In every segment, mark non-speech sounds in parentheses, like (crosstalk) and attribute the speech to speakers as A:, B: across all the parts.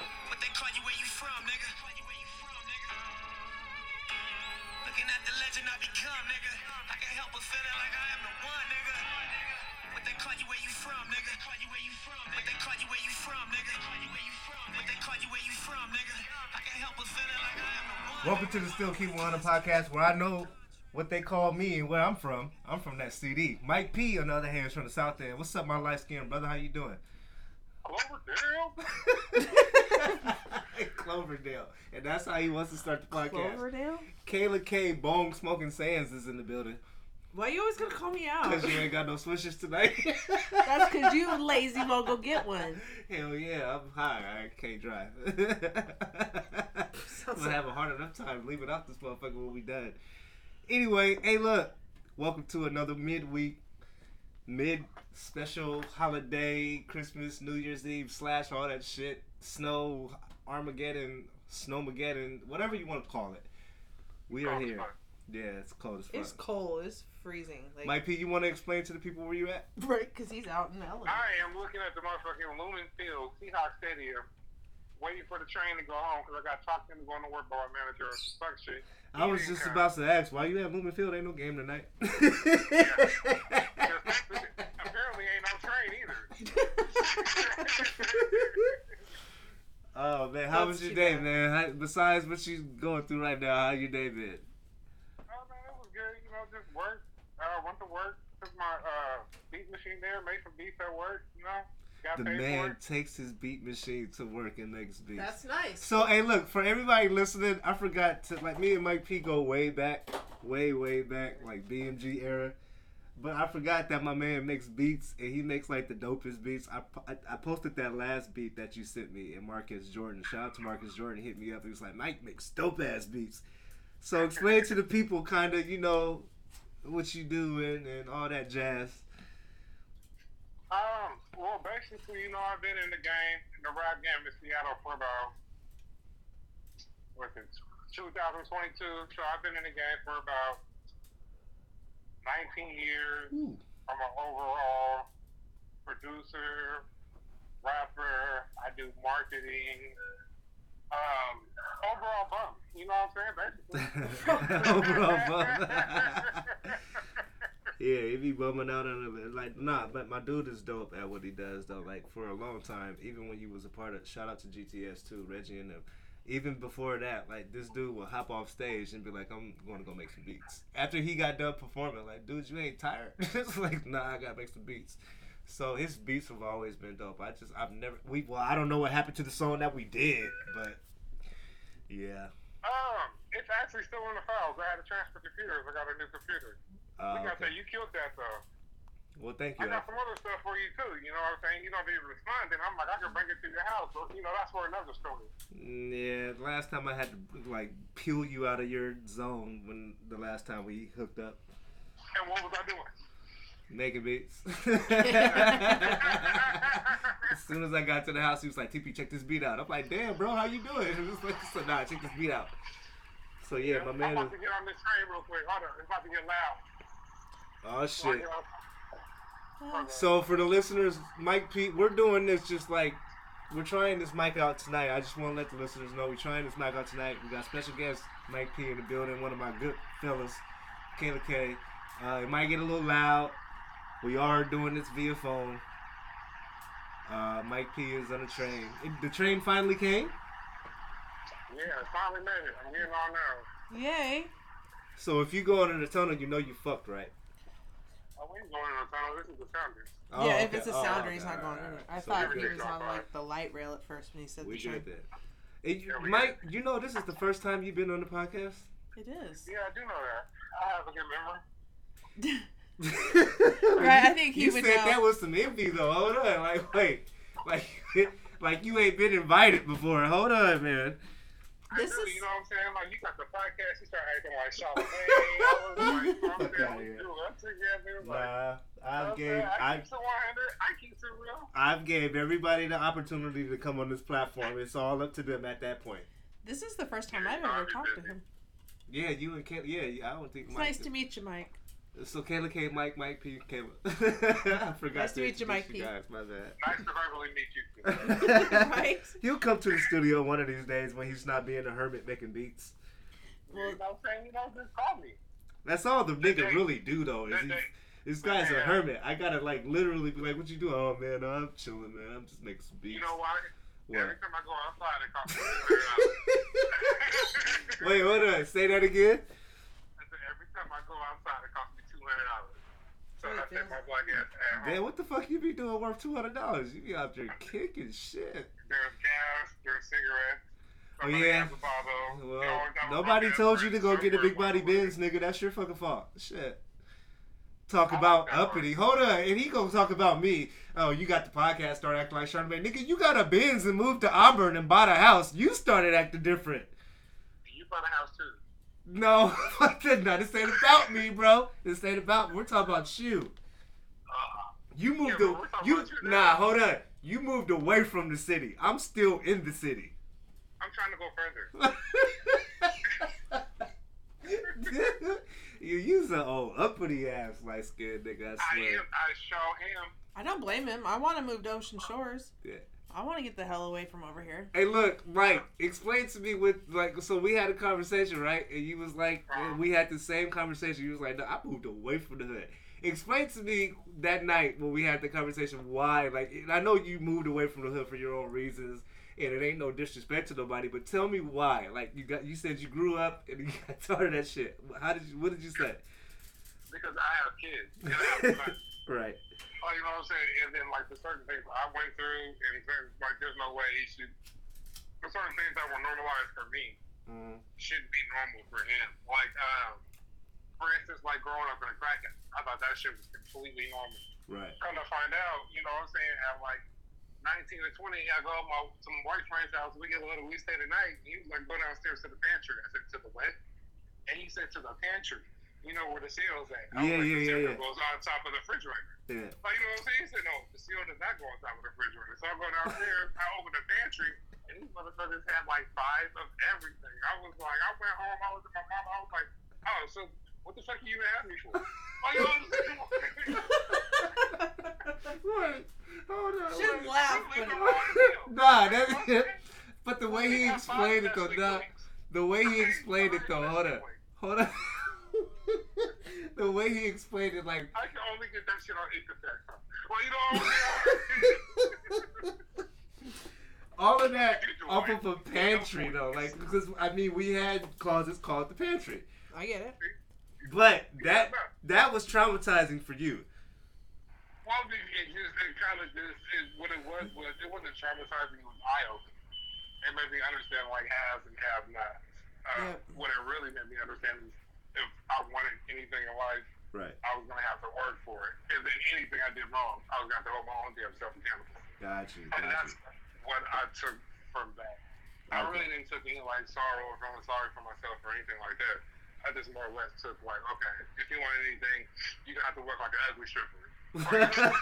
A: Call you where you from, nigga. Looking at the legend I become, nigga. I can help but feeling like I am the one, nigga. But they call you where you from, nigga. But they call you where you from, nigga. But they call you where you from, nigga. I can help but feeling like I am the one.
B: Welcome to the Still Keep Wanna podcast, where I know what they call me and where I'm from. I'm from that CD. Mike P, on the other hand, is from the South End. What's up, my light skinned brother? How you
C: (laughs)
B: doing?
D: Cloverdale?
B: Cloverdale, and that's how he wants to start the podcast.
C: Cloverdale?
B: Kayla K. Bone Smoking Sands is in the building
C: Why you always gonna call me out?
B: because you ain't got no swishers tonight.
C: (laughs) That's cause you lazy won't go get one.
B: Hell yeah, I'm high. I can't drive. (laughs) I'm gonna have a hard enough time leaving out this motherfucker when we done. Anyway, hey, look, welcome to another midweek, mid special holiday, Christmas, New Year's Eve slash all that shit, snow, Armageddon, Snowmageddon, whatever you want to call it. We are
D: Cold as
B: here.
D: fuck.
B: Yeah, it's cold as fuck.
C: It's cold. It's freezing. Like (laughs)
B: Mike P, you want to explain to the people where you at?
C: break because he's out in LA.
D: I am looking at the motherfucking Lumen Field, Seahawks Stadium, waiting for the train to go home because I got talked into going to work by my manager or some fuck shit.
B: I was
D: He didn't
B: just
D: come.
B: about to ask why you at Lumen Field. Ain't no game tonight. (laughs)
D: Apparently, ain't no train either. (laughs)
B: oh man, how
C: That's
B: was your
C: too
B: day,
C: bad.
B: man? How, besides what you going through right now, how your day been?
D: oh, man, it was good. You know, just work. Uh, went to work, took my uh, beat machine there, made some beats at work, you know, got
B: The
D: paid for
B: man
D: it.
B: takes his beat machine to work and makes beats.
C: (laughs) That's nice.
B: so hey, look for everybody listening. I forgot to like me and Mike P go way back, way way back, like BMG era. But I forgot that my man makes beats and he makes like the dopest beats. I, po- I, I posted that last beat that you sent me and Marcus Jordan. Shout out to Marcus Jordan. Hit me up. He was like, Mike makes dope ass beats. So explain to the people kind of, you know, what you doing and all that jazz.
D: Um, well, basically, you know, I've been in the game, in the rap game in Seattle for about what's it, 2022. So I've been in the game for about 19 years.
B: (laughs) Ooh.
D: I'm an overall producer, rapper. I do marketing. Um, overall bum. You know what I'm saying? Basically.
B: (laughs) Overall bum. (laughs) yeah, he be bumming out on it. Like, nah, but my dude is dope at what he does, though. Like, for a long time, even when he was a part of, shout out to GTS too, Reggie and them. Even before that, like, this dude will hop off stage and be like, I'm going to go make some beats. After he got done performing, like, dude, you ain't tired? (laughs) it's like, nah, I got to make some beats. So his beats have always been dope. I just, I've never, we, well, I don't know what happened to the song that we did, but yeah.
D: (laughs) Um, it's actually still in the files. I had to transfer computers. I got a new computer.
B: Uh,
D: We gotta
B: okay.
D: say you killed that though.
B: Well, thank you.
D: I got some other stuff for you too. You know what I'm saying? You don't even respond, and I'm like, I can bring it to your house. So, you know, that's for another story.
B: Yeah, the last time I had to like peel you out of your zone when the last time we hooked up
D: And what was I doing?
B: making beats. (laughs) as soon as I got to the house, he was like, "TP, check this beat out." I'm like, "Damn, bro, how you doing?" (laughs) And it's like, so, "Nah, check this beat out." So yeah, my
D: I'm
B: man.
D: about
B: Is,
D: to get on this train real quick. Hold on, it's about to get loud.
B: oh
D: Come on,
B: shit.
D: get on.
C: Oh,
B: So for the listeners, Mike Pete, we're doing this just like we're trying this mic out tonight. I just want to let the listeners know we're trying this mic out tonight. We got special guest Mike P in the building, one of my good fellas, Kayla K. Uh, it might get a little loud. We are doing this via phone. Uh, Mike P is on a train. It- the train finally came,
D: Yeah, it's finally made it. I'm getting on now.
C: Yay.
B: so if you go under the tunnel, you know you fucked, right?
D: Oh, we ain't going in the tunnel. This is the tunnel.
B: Oh,
C: yeah, if
B: okay.
C: it's a
B: Oh,
C: sounder,
B: okay.
C: he's not going
B: All
C: in
B: right.
C: it. I
B: So
C: thought
B: we're
C: he
B: good.
C: was on like the light rail at first when he said
B: We
C: the train.
B: good then. And you,
D: Yeah, we
B: Mike, you know this is the first time you've been on the podcast.
C: It is.
D: Yeah, I do know that. I have a good memory.
B: right,
C: I think he
B: you
C: would
B: said
C: know.
B: that was some envy though. Hold on, like wait, like (laughs) like you ain't been invited before. Hold on, man.
C: This
D: I do,
C: is-
D: you know what I'm saying? Like, you got the podcast, you start acting like
B: (laughs)
D: Charlamagne. I was like, you know what I'm
B: Fuck
D: saying?
B: outta
D: We
B: here.
D: do us together. Like,
B: Nah,
D: you know what
B: I've
D: I'm saying?
B: gave
D: I
B: I've
D: keep it 100. I keep it real.
B: I've gave everybody the opportunity to come on this platform. It's all up to them at that point.
C: (laughs) This is the first time I've ever talked to him.
B: Yeah, you and Ken. Yeah, I don't think. (laughs)
C: It's nice to meet you, Mike.
B: So Kayla K, Mike, Mike P, Kayla. (laughs) I forgot.
C: Nice to meet you, Mike
B: introduce
C: P.
B: Guys, my bad.
D: Nice to verbally meet you. (laughs)
C: (laughs) Right?
B: He'll come to the studio one of these days when he's not being a hermit making beats.
C: Well,
D: you know what I'm saying? You know, just call me.
B: That's all the nigga
D: day-
B: really do though. Is
D: that
B: he,
D: day-
B: this guy's a
D: Yeah.
B: hermit. I gotta like literally be like, "What you doing? Oh man, I'm chilling, man. I'm just making some beats."
D: You know why?
B: What?
D: (laughs) Every time I go outside, I call me.
B: (laughs) Wait, hold on. Say that again.
D: (laughs) I said, every time I go outside, it costs me two hundred dollars. So
C: Yeah,
D: I
C: yeah.
D: take my black ass at
B: Man,
D: home.
B: what the fuck you be doing worth two hundred dollars? You be out there kicking shit.
D: There's gas, there's cigarettes.
B: Oh,
D: somebody
B: yeah.
D: has a bottle. You know,
B: Well,
D: I'm talking
B: nobody
D: about
B: told
D: that
B: you to
D: first-
B: go get a
D: first
B: big body
D: one was-
B: Benz, nigga. That's your fucking fault. Shit. Talk
D: I
B: about
D: like that
B: uppity. Hold on, and he gonna talk about me. Oh, you got the podcast, start acting like Charlamagne, nigga. You got a Benz and moved to Auburn and bought a house. You started acting different.
D: You bought a house too.
B: No, (laughs) fuck that. No, this ain't about me, bro. This ain't about. We're talking about you.
D: Uh,
B: You moved
D: Yeah,
B: to
D: but we're talking
B: you.
D: about you now.
B: Nah, hold on. You moved away from the city. I'm still in the city.
D: I'm trying to go further.
B: (laughs) you use an old uppity ass light skinned nigga. I
D: I
B: swear.
D: am. I show him.
C: I don't blame him. I want to move to Ocean Shores.
B: Yeah.
C: I want to get the hell away from over here.
B: Hey, look, Mike. Explain to me with like. So we had a conversation, right? And you was like, and we had the same conversation. You was like, no, I moved away from the hood. Explain to me that night when we had the conversation why. Like, and I know you moved away from the hood for your own reasons, and it ain't no disrespect to nobody. But tell me why. Like, you got you said you grew up and (laughs) you got tired of that shit. How did you? What did you say?
D: Because I have kids. (laughs) And I have fun.
B: Right.
D: Oh, you know what I'm saying? And then, like, the certain things I went through, and things, like, there's no way he should. There's certain things that were normalized for me.
B: Mm.
D: shouldn't be normal for him. Like, um, for instance, like growing up in a crack house, I thought that shit was completely normal.
B: Right.
D: Come to find out, you know what I'm saying, at like 19 or 20, I go up my to my white friend's house, we get a little, we stayed the night, and he was like, go downstairs to the pantry. I said, to the what? And he said, to the pantry. You know where the seal's
B: Yeah,
D: at. I was like,
B: yeah,
D: the
B: yeah,
D: seal
B: yeah.
D: goes on top of the refrigerator.
B: Yeah. (laughs)
D: Like, you know what I'm saying? He said, no, the seal does not go on top of the refrigerator. So I go downstairs, (laughs) I open the pantry, and these motherfuckers had like five of everything. I was like, I went home, I was at my mom, I was like, oh, so what the fuck you even have me for? Like, (laughs) you know what I'm saying?
B: What? Hold on.
C: Shouldn't
B: wait.
C: laugh,
D: Leave
C: but-
D: them all in the seal.
B: (laughs) Nah,
D: You know what I'm (laughs)
B: that. (laughs)
D: saying?
B: But the
D: They
B: way he
D: got five
B: explained it though,
D: Nestle
B: nah,
D: Quicks.
B: the way he
D: Okay,
B: explained it though,
D: five
B: hold
D: Nestle
B: up,
D: Quicks.
B: hold up. (laughs) the way he explained it, like, (laughs)
D: I can only get that shit on Interfax. Well, you know what
B: (laughs)
D: I'm saying?
B: all of that off of a pantry though, like, because I mean, we had closets called the pantry,
C: I get it.
B: but that that was traumatizing for you.
D: Well, it, it just it kind of just it, what it was was it wasn't traumatizing. It was eye opening. It made me understand like haves and have nots. Uh,
C: Yep.
D: What it really made me understand is if I wanted anything in life,
B: Right.
D: I was gonna have to work for it. And then anything I did wrong, I was gonna have to hold my own damn self accountable.
B: Got you.
D: And that's what I took from that. I
B: Okay.
D: really didn't took any like sorrow or feeling sorry for myself or anything like that. I just more or less took like, okay, if you want anything, you gonna have to work like an ugly stripper.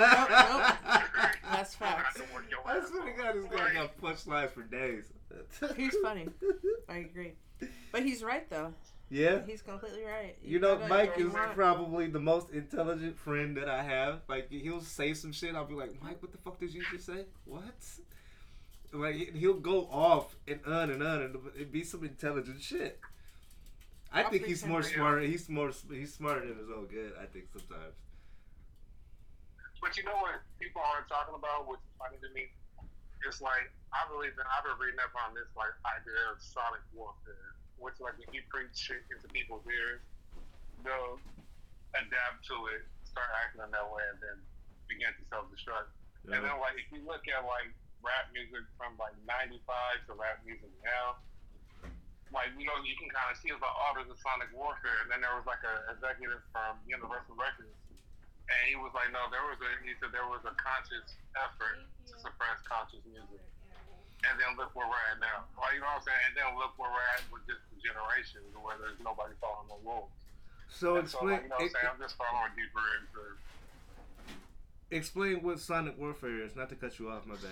C: That's facts.
B: I swear to God, this guy got punchlines for days.
C: He's funny. I agree. But he's right though.
B: (laughs) Yeah.
C: He's completely right.
B: You know,
C: gotta
B: Mike
C: go
B: is
C: right.
B: probably the most intelligent friend that I have. Like, he'll say some shit. I'll be like, Mike, what the fuck did you just say? What? Like, he- he'll go off and on and on, and it'd be some intelligent shit. I
C: I'll
B: think he's
C: pretend
B: more
C: I am.
B: smart. He's more. He's smarter than his own good. I think sometimes.
D: But you know what people aren't talking about, which is funny to me? It's like, I believe that I've been reading up on this like idea of sonic warfare, which like when you preach shit into people's ears, they'll adapt to it, start acting in that way, and then begin to self-destruct. And then like if you look at like rap music from like '95 to rap music now, like you know you can kind of see it's like oh there's a sonic warfare. And then there was like a executive from Universal Records, and he was like no there was a he said there was a conscious effort to suppress conscious music. And then look where we're at now. Like you know what I'm saying? And then look where we're at with just the generation where there's nobody following the rules.
B: so
D: and so
B: explain. eh,
D: like you know what I'm saying? I'm just following deeper uh, into
B: explain what sonic warfare is. Not to cut you off, my bad.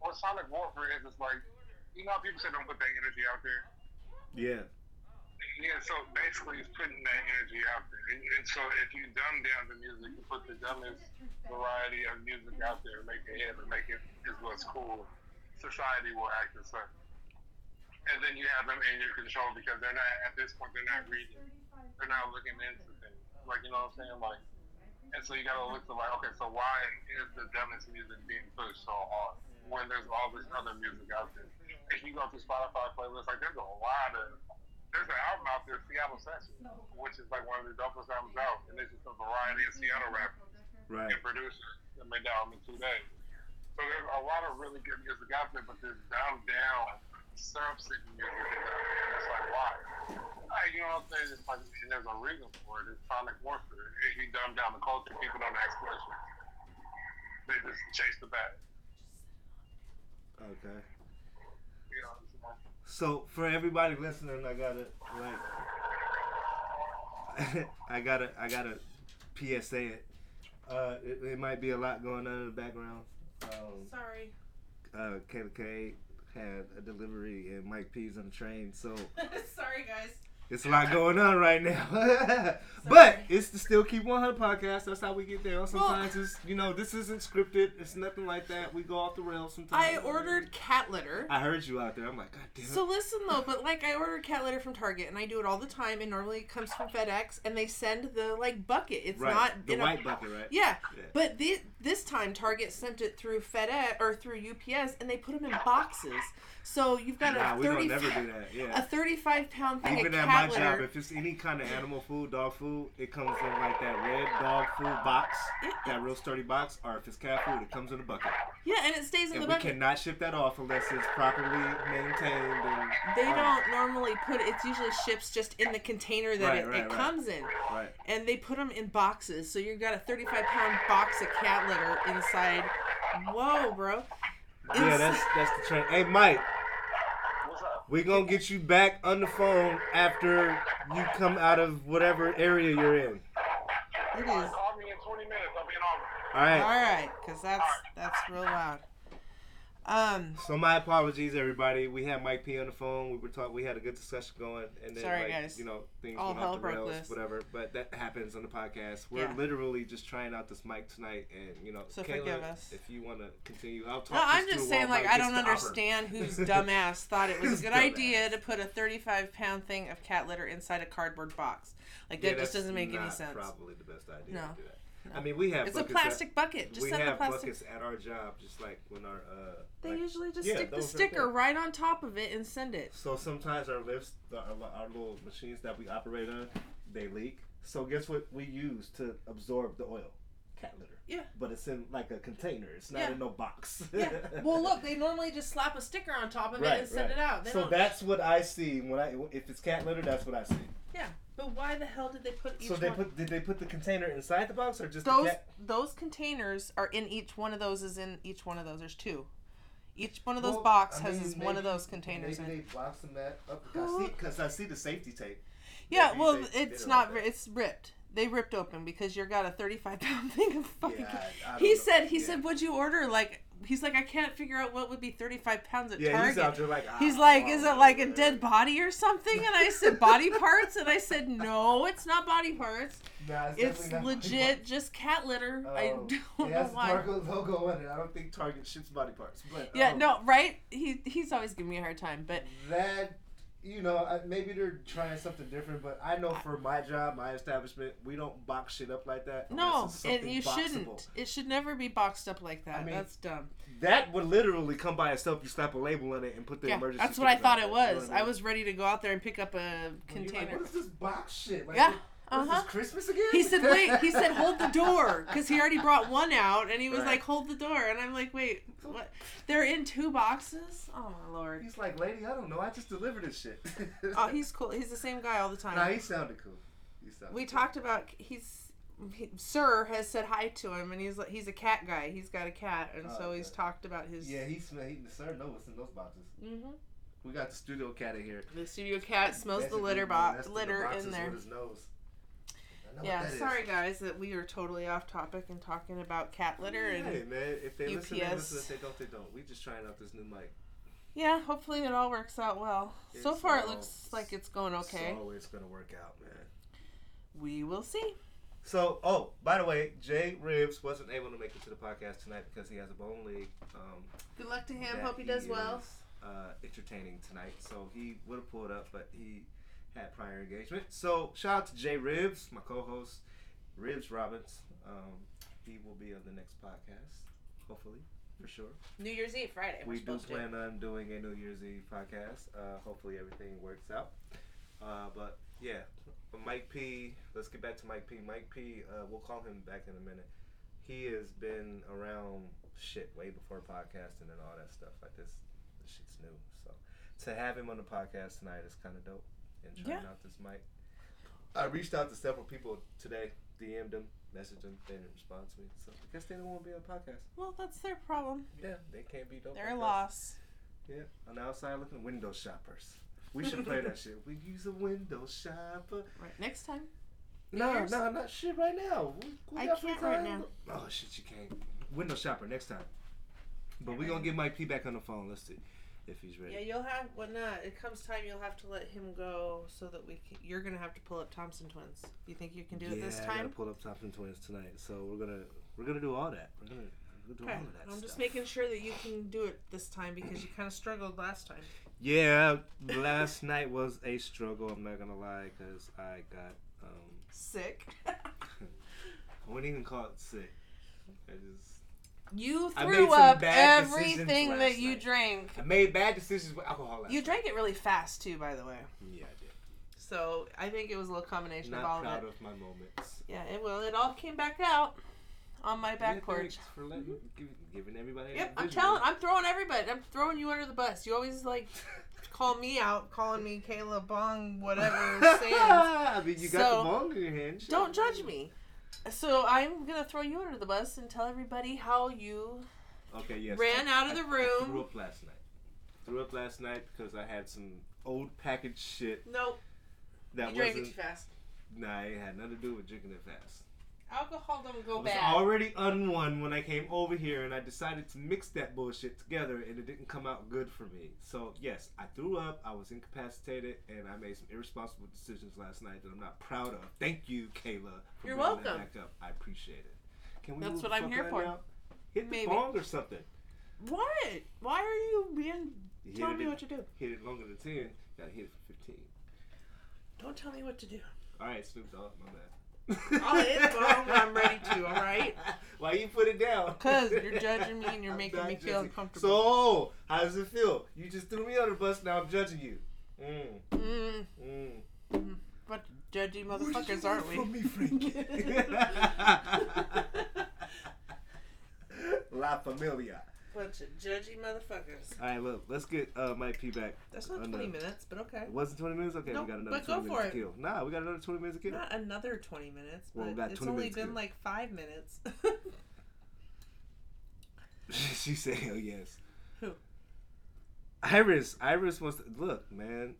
D: what sonic warfare is. It's like you know how people say don't put their energy out there.
B: Yeah.
D: Yeah, so basically, it's putting that energy out there. And, and so, if you dumb down the music, you put the dumbest variety of music out there, and make it hip, and make it is what's cool. Society will act as such. And then you have them in your control because they're not at this point. They're not reading. They're not looking into things. Like you know what I'm saying? Like, and so you gotta look to like, okay, so why is the dumbest music being pushed so hard when there's all this other music out there? If you go to Spotify playlists, like there's a lot of there's an album out there, Seattle Sessions, which is like one of the dopest albums out, and it's just a variety of Seattle rappers
B: Right.
D: and producers that made the album in two days. So there's a lot of really good music out there, but this down down substitute music is out there. and It's like why? Like, you know what I'm saying? It's like and there's a reason for it. It's sonic warfare. If you dumb down the culture, people don't ask questions. They just chase the bag.
B: Okay.
D: You know. it's like-
B: So for everybody listening, I gotta like, (laughs) I gotta I gotta PSA it. Uh, it, it might be a lot going on in the background. Um,
C: Sorry. (laughs)
B: uh, KDK had a delivery and Mike P's on the train, so
C: Sorry, guys.
B: it's a lot going on right now. (laughs) but it's the Still Keep 100 podcast. That's how we get down. Sometimes it's, you know, this isn't scripted. It's nothing like that. We go off the rails sometimes.
C: I ordered cat litter.
B: I heard you out there. I'm like, God damn it.
C: So listen though, but like I order cat litter from Target and I do it all the time and normally it comes from FedEx and they send the like bucket. It's
B: right.
C: not
B: the
C: in a-
B: white bucket, right?
C: Yeah.
B: Yeah.
C: But thi- this time Target sent it through FedEx or through UPS and they put them in boxes. So you've got
B: Nah,
C: a
B: we don't
C: 30
B: never do that.
C: a
B: Yeah.
C: 35 pound thing
B: Even
C: of
B: at
C: cat
B: my job,
C: litter.
B: if it's any kind of animal food, dog food, it comes in like that red dog food box, that real sturdy box, or if it's cat food, it comes in a bucket.
C: yeah, and it stays in
B: And
C: the
B: we
C: bucket.
B: cannot ship that off unless it's properly maintained. And
C: They don't normally put it. It's usually ships just in the container that
B: Right,
C: it,
B: right,
C: it
B: right.
C: comes in,
B: Right.
C: and they put them in boxes. So you've got a 35 pound box of cat litter inside. Whoa, bro!
B: Yeah,
C: Ins-
B: that's that's the trend. Hey, Mike,
D: What's up?
B: we gonna get you back on the phone after you come out of whatever area you're in.
C: it is.
D: Call me in 20 minutes. I'll be in Auburn.
B: All
C: All
B: right.
C: right, because that's that's real loud. Um,
B: So my apologies, everybody. We had Mike P on the phone. We were talking. We had a good discussion going, and then
C: Sorry,
B: like,
C: guys.
B: you know things
C: All
B: went
C: hell
B: off the
C: broke
B: rails,
C: loose.
B: whatever. But that happens on the podcast. We're
C: Yeah.
B: literally just trying out this mic tonight, and you know,
C: So
B: Kayla,
C: forgive us.
B: if you want to continue, I'll talk.
C: no, I'm
B: this
C: just
B: through while
C: saying, like,
B: Mike
C: I
B: gets
C: don't
B: to Auburn.
C: understand
B: (laughs)
C: whose dumbass thought it was
B: Whose
C: a good
B: dumbass.
C: idea to put a 35 pound thing of cat litter inside a cardboard box. Like
B: Yeah,
C: that just
B: that's
C: doesn't make any
B: not
C: sense.
B: Probably the best idea
C: No.
B: to do that. I mean, we have
C: It's a
B: buckets at-
C: plastic bucket. Just
B: we
C: send the
B: have
C: plastic
B: buckets at our job, just like when our uh.
C: They
B: like-
C: usually just
B: Yeah,
C: stick the
B: those right there.
C: sticker right on top of it and send it.
B: So sometimes our lifts, the- our, our little machines that we operate on, they leak. So guess what we use to absorb the oil? Cat litter.
C: Yeah.
B: But it's in like a container. It's not
C: Yeah.
B: in no box. (laughs)
C: Yeah. Well, look, they normally just slap a sticker on top of it and send it out. They
B: so
C: don't.
B: that's what I see when I if it's cat litter, that's what I see.
C: But why the hell did they put each
B: so they
C: one?
B: put did they put the container inside the box or just the
C: those
B: cat?
C: those containers are in each one of those. Is in each one of those. There's two. Each one of those
B: Well,
C: box
B: I
C: has
B: mean,
C: is one of
B: maybe-
C: those containers.
B: Maybe
C: in it.
B: they blossom that up
C: Who-
B: because I, see the safety tape.
C: Yeah.
B: maybe
C: Well,
B: they did
C: it's
B: it
C: not.
B: like
C: ri
B: that.
C: it's ripped. They ripped open because you got a 35 pound (laughs) thing of fucking.
B: Yeah, I- I don't
C: he
B: know.
C: said. He
B: Yeah.
C: said, "What'd you order?" Like he's like, I can't figure out what would be 35 pounds at
B: Yeah,
C: Target.
B: he's out there like.
C: He's
B: "Ah,
C: like,
B: wow,
C: is it like a
B: man."
C: dead body or something? And I said, body parts? And I said, no, it's not body parts.
B: Nah,
C: It's
B: definitely not-
C: legit just cat litter. I
B: Um,
C: (laughs) don't
B: it
C: know
B: has
C: why.
B: The Target logo on it. I don't think Target ships body parts, but
C: yeah,
B: um,
C: no, right? He he's always giving me a hard time, but
B: That you know, I- maybe they're trying something different, but I know for my job, my establishment, we don't box shit up like that. unless
C: no,
B: it's
C: and
B: something
C: you
B: boxable.
C: shouldn't. It should never be boxed up like that.
B: I mean,
C: that's dumb.
B: That would literally come by itself. You slap a label on it and put the
C: Yeah,
B: emergency.
C: that's what I
B: stickers on
C: thought it
B: You know
C: was.
B: what
C: I
B: mean?
C: was ready to go out there and pick up a
B: You're like,
C: container.
B: what is this box shit? Like,
C: Yeah,
B: what- what is
C: uh-huh.
B: this Christmas again?
C: He said,
B: (laughs)
C: "Wait." He said, "Hold the door," because he already brought one out, and he was
B: Right.
C: like, "Hold the door," and I'm like, "Wait, what? They're in two boxes? Oh my lord!"
B: He's like, lady, I don't know. I just delivered this shit. (laughs)
C: Oh, he's cool. He's the same guy all the
B: Nah,
C: time.
B: he sounded cool. He sounded
C: We
B: cool.
C: talked about he's he, sir has said hi to him, and he's like he's a cat guy. He's got a cat, and
B: Oh,
C: so he's
B: okay.
C: talked about his
B: Yeah, he smelled. He, sir, know what's in those boxes.
C: Mhm.
B: We got the studio cat in here.
C: the studio cat smells the
B: Basically,
C: litter
B: he
C: box
B: molested the
C: litter
B: boxes
C: in there.
B: With his nose. I know what
C: Yeah,
B: that is.
C: sorry guys that we are totally off topic and talking about cat litter and
B: Hey man, if they listen, they
C: UPS.
B: listen. If they don't, they don't. We just trying out this new mic.
C: Yeah, hopefully it all works out well. so
B: It's
C: far, it
B: all-
C: looks like it's going okay.
B: It's always gonna work out, man.
C: We will see.
B: So, oh, by the way, Jay Ribs wasn't able to make it to the podcast tonight because he has a bone league. Um,
C: Good luck to him.
B: that
C: Hope he does well.
B: is, Uh, entertaining tonight, so he would have pulled up, but he had prior engagement. So, shout out to Jay Ribs, my co-host, Ribs Robbins. Um, he will be on the next podcast, hopefully, for sure.
C: New Year's Eve Friday.
B: We do plan on doing a New Year's Eve podcast. Uh, hopefully everything works out. Uh, but yeah, Mike P. Let's get back to Mike P. Mike P. Uh, we'll call him back in a minute. He has been around shit way before podcasting and all that stuff. Like this, this shit's new. So to have him on the podcast tonight is kind of dope. And trying out this mic. I reached out to several people today, DM'd them, messaged them, they didn't respond to me. So I guess they don't want to be on a podcast.
C: Well, that's their problem.
B: Yeah, they can't be dope.
C: They're
B: like us.
C: lost.
B: Yeah, on the outside looking window shoppers. We should play that shit. We use a window shopper.
C: Right next time.
B: No,
C: Yours?
B: no, not shit right now. We, we
C: I
B: got free
C: can't right
B: time. Oh shit, you can't. Window shopper next time. But we gonna get Mike P back on the phone. Let's see if he's ready.
C: Yeah, you'll have when uh, it comes time. You'll have to let him go so that we can, you're gonna have to pull up Thompson twins. You think you can do it this
B: I gotta
C: time?
B: pull up Thompson Twins tonight. So we're gonna we're gonna do all that. We're gonna, we're gonna do
C: Okay.
B: all of that.
C: I'm
B: stuff.
C: just making sure that you can do it this time because you kind of struggled last time.
B: Yeah, last (laughs) night was a struggle. I'm not gonna lie, cause I got um,
C: Sick. (laughs)
B: I wouldn't even call it sick. I just
C: you
B: I made
C: threw
B: some
C: up
B: bad decisions
C: everything
B: last
C: that you
B: night.
C: drank.
B: I made bad decisions with alcohol. Last
C: You drank it really fast too, by the way.
B: Yeah, I
C: So I think it was a little combination
B: did.
C: of all
B: Not
C: of
B: proud
C: it.
B: of my moments.
C: Yeah, it well, it all came back out on my back
B: Yeah,
C: porch.
B: thanks For letting, giving, giving everybody.
C: Yep,
B: that
C: I'm
B: visual. (laughs)
C: telling. I'm throwing everybody. I'm throwing you under the bus. You always like call me out, calling me Kayla
B: (laughs)
C: Bong, whatever. Sands.
B: I mean, you got
C: So,
B: the bong in your hand. shit.
C: Don't judge me. So I'm gonna throw you under the bus and tell everybody how you
B: Okay, yes.
C: ran out of
B: I-
C: the
B: I threw
C: room.
B: up last night. Threw up last night because I had some old packaged shit
C: Nope,
B: that
C: you drank it
B: wasn't.
C: too fast.
B: Nah, it had nothing to do with drinking it fast.
C: Alcohol don't go
B: I was
C: bad.
B: already unwon when I came over here, and I decided to mix that bullshit together, and it didn't come out good for me. So yes, I threw up. I was incapacitated, and I made some irresponsible decisions last night that I'm not proud of. Thank you, Kayla. For
C: You're
B: bringing
C: welcome.
B: That back up. I appreciate it. Can we
C: That's
B: move
C: what
B: the
C: I'm
B: fuck
C: here
B: on
C: for.
B: now? Hit
C: Maybe.
B: the bong or something.
C: what? Why are you being?
B: You
C: Tell
B: hit
C: me
B: it,
C: what to do.
B: Hit it longer than ten. Gotta hit it for fifteen.
C: Don't tell me what to do.
B: All right, Snoop Dogg, my bad.
C: I'll hit the bong when Oh, I'm ready to, all right?
B: (laughs) Why you put it down? (laughs)
C: 'Cause you're judging me and you're making
B: not
C: me feel
B: judging.
C: uncomfortable.
B: So, how does it feel? You just threw me under the bus, now I'm judging you. Mm,
C: Mm,
B: mm.
C: but judgy motherfuckers, aren't we?
B: (laughs) La Familia.
C: Bunch of judgy motherfuckers.
B: All right, look, let's get uh, Mike P back.
C: That's not
B: Oh, no.
C: 20 minutes, but okay.
B: It wasn't 20 minutes? Okay,
C: Nope,
B: we got another
C: but go
B: 20 minutes
C: for
B: to kill. Nah, we got another 20 minutes to kill.
C: Not another 20 minutes,
B: Well,
C: but
B: we got
C: it's
B: 20
C: only
B: minutes
C: been
B: good.
C: like five minutes. (laughs)
B: (laughs) she said, "Oh yes."
C: Who?
B: Iris. Iris wants to look, man.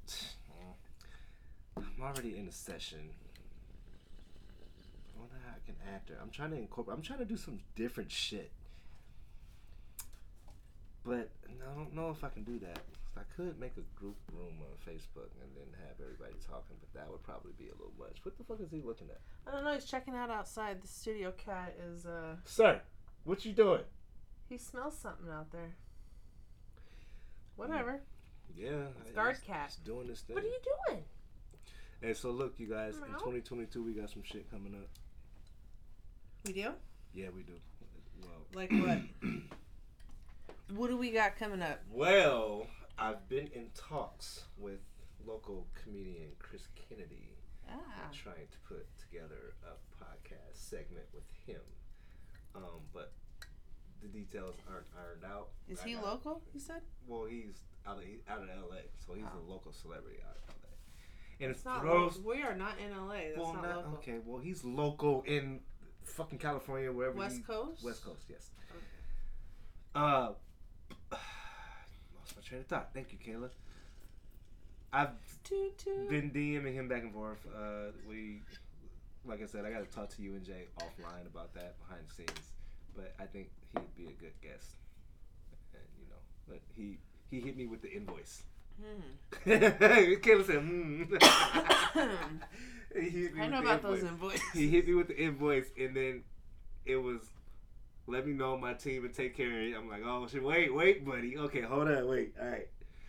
B: I'm already in a session. I wonder how I can act. Her. I'm trying to incorporate. I'm trying to do some different shit. But I don't know if I can do that. I could make a group room on Facebook and then have everybody talking, but that would probably be a little much. What the fuck is he looking at?
C: I don't know, he's checking out outside. The studio cat is, uh,
B: Sir, what you doing?
C: he smells something out there. Whatever.
B: Mm. Yeah,
C: It's
B: I-
C: guard
B: he's-
C: cat.
B: he's doing this thing.
C: What are you doing?
B: And so look, you guys, in
C: Well.
B: 2022 we got some shit coming up.
C: We do?
B: Yeah, we do. Well,
C: Like
B: (coughs)
C: what? what do we got coming up?
B: well, I've been in talks with local comedian Chris Kennedy,
C: Ah.
B: trying to put together a podcast segment with him. Um, but the details aren't ironed out.
C: Is
B: I
C: he
B: got-
C: local, you said?
B: Well, he's out of he- out of L.A., so he's
C: Oh.
B: a local celebrity out of L.A. And
C: It's not
B: throws
C: local. We are not in LA. That's
B: well,
C: not,
B: not-
C: local.
B: okay. Well, he's local in fucking California, wherever.
C: West
B: he-
C: Coast?
B: West Coast, yes.
C: Okay.
B: Uh, (sighs) lost my train of thought. Thank you, Kayla. I've
C: Toot toot.
B: been DMing him back and forth. Uh, we, like I said, I got to talk to you and Jay offline about that behind the scenes. But I think he'd be a good guest, and you know, but he He hit me with the invoice. (laughs)
C: Hmm.
B: Caleb said, hmm. (laughs) He hit me
C: Hmm. (coughs) I
B: with
C: know
B: the
C: about those
B: invoice.
C: invoices.
B: (laughs) He hit me with the invoice, and then it was, let me know my team and take care of it. I'm like, oh shit, wait, wait, buddy. Okay, hold on, wait. All right.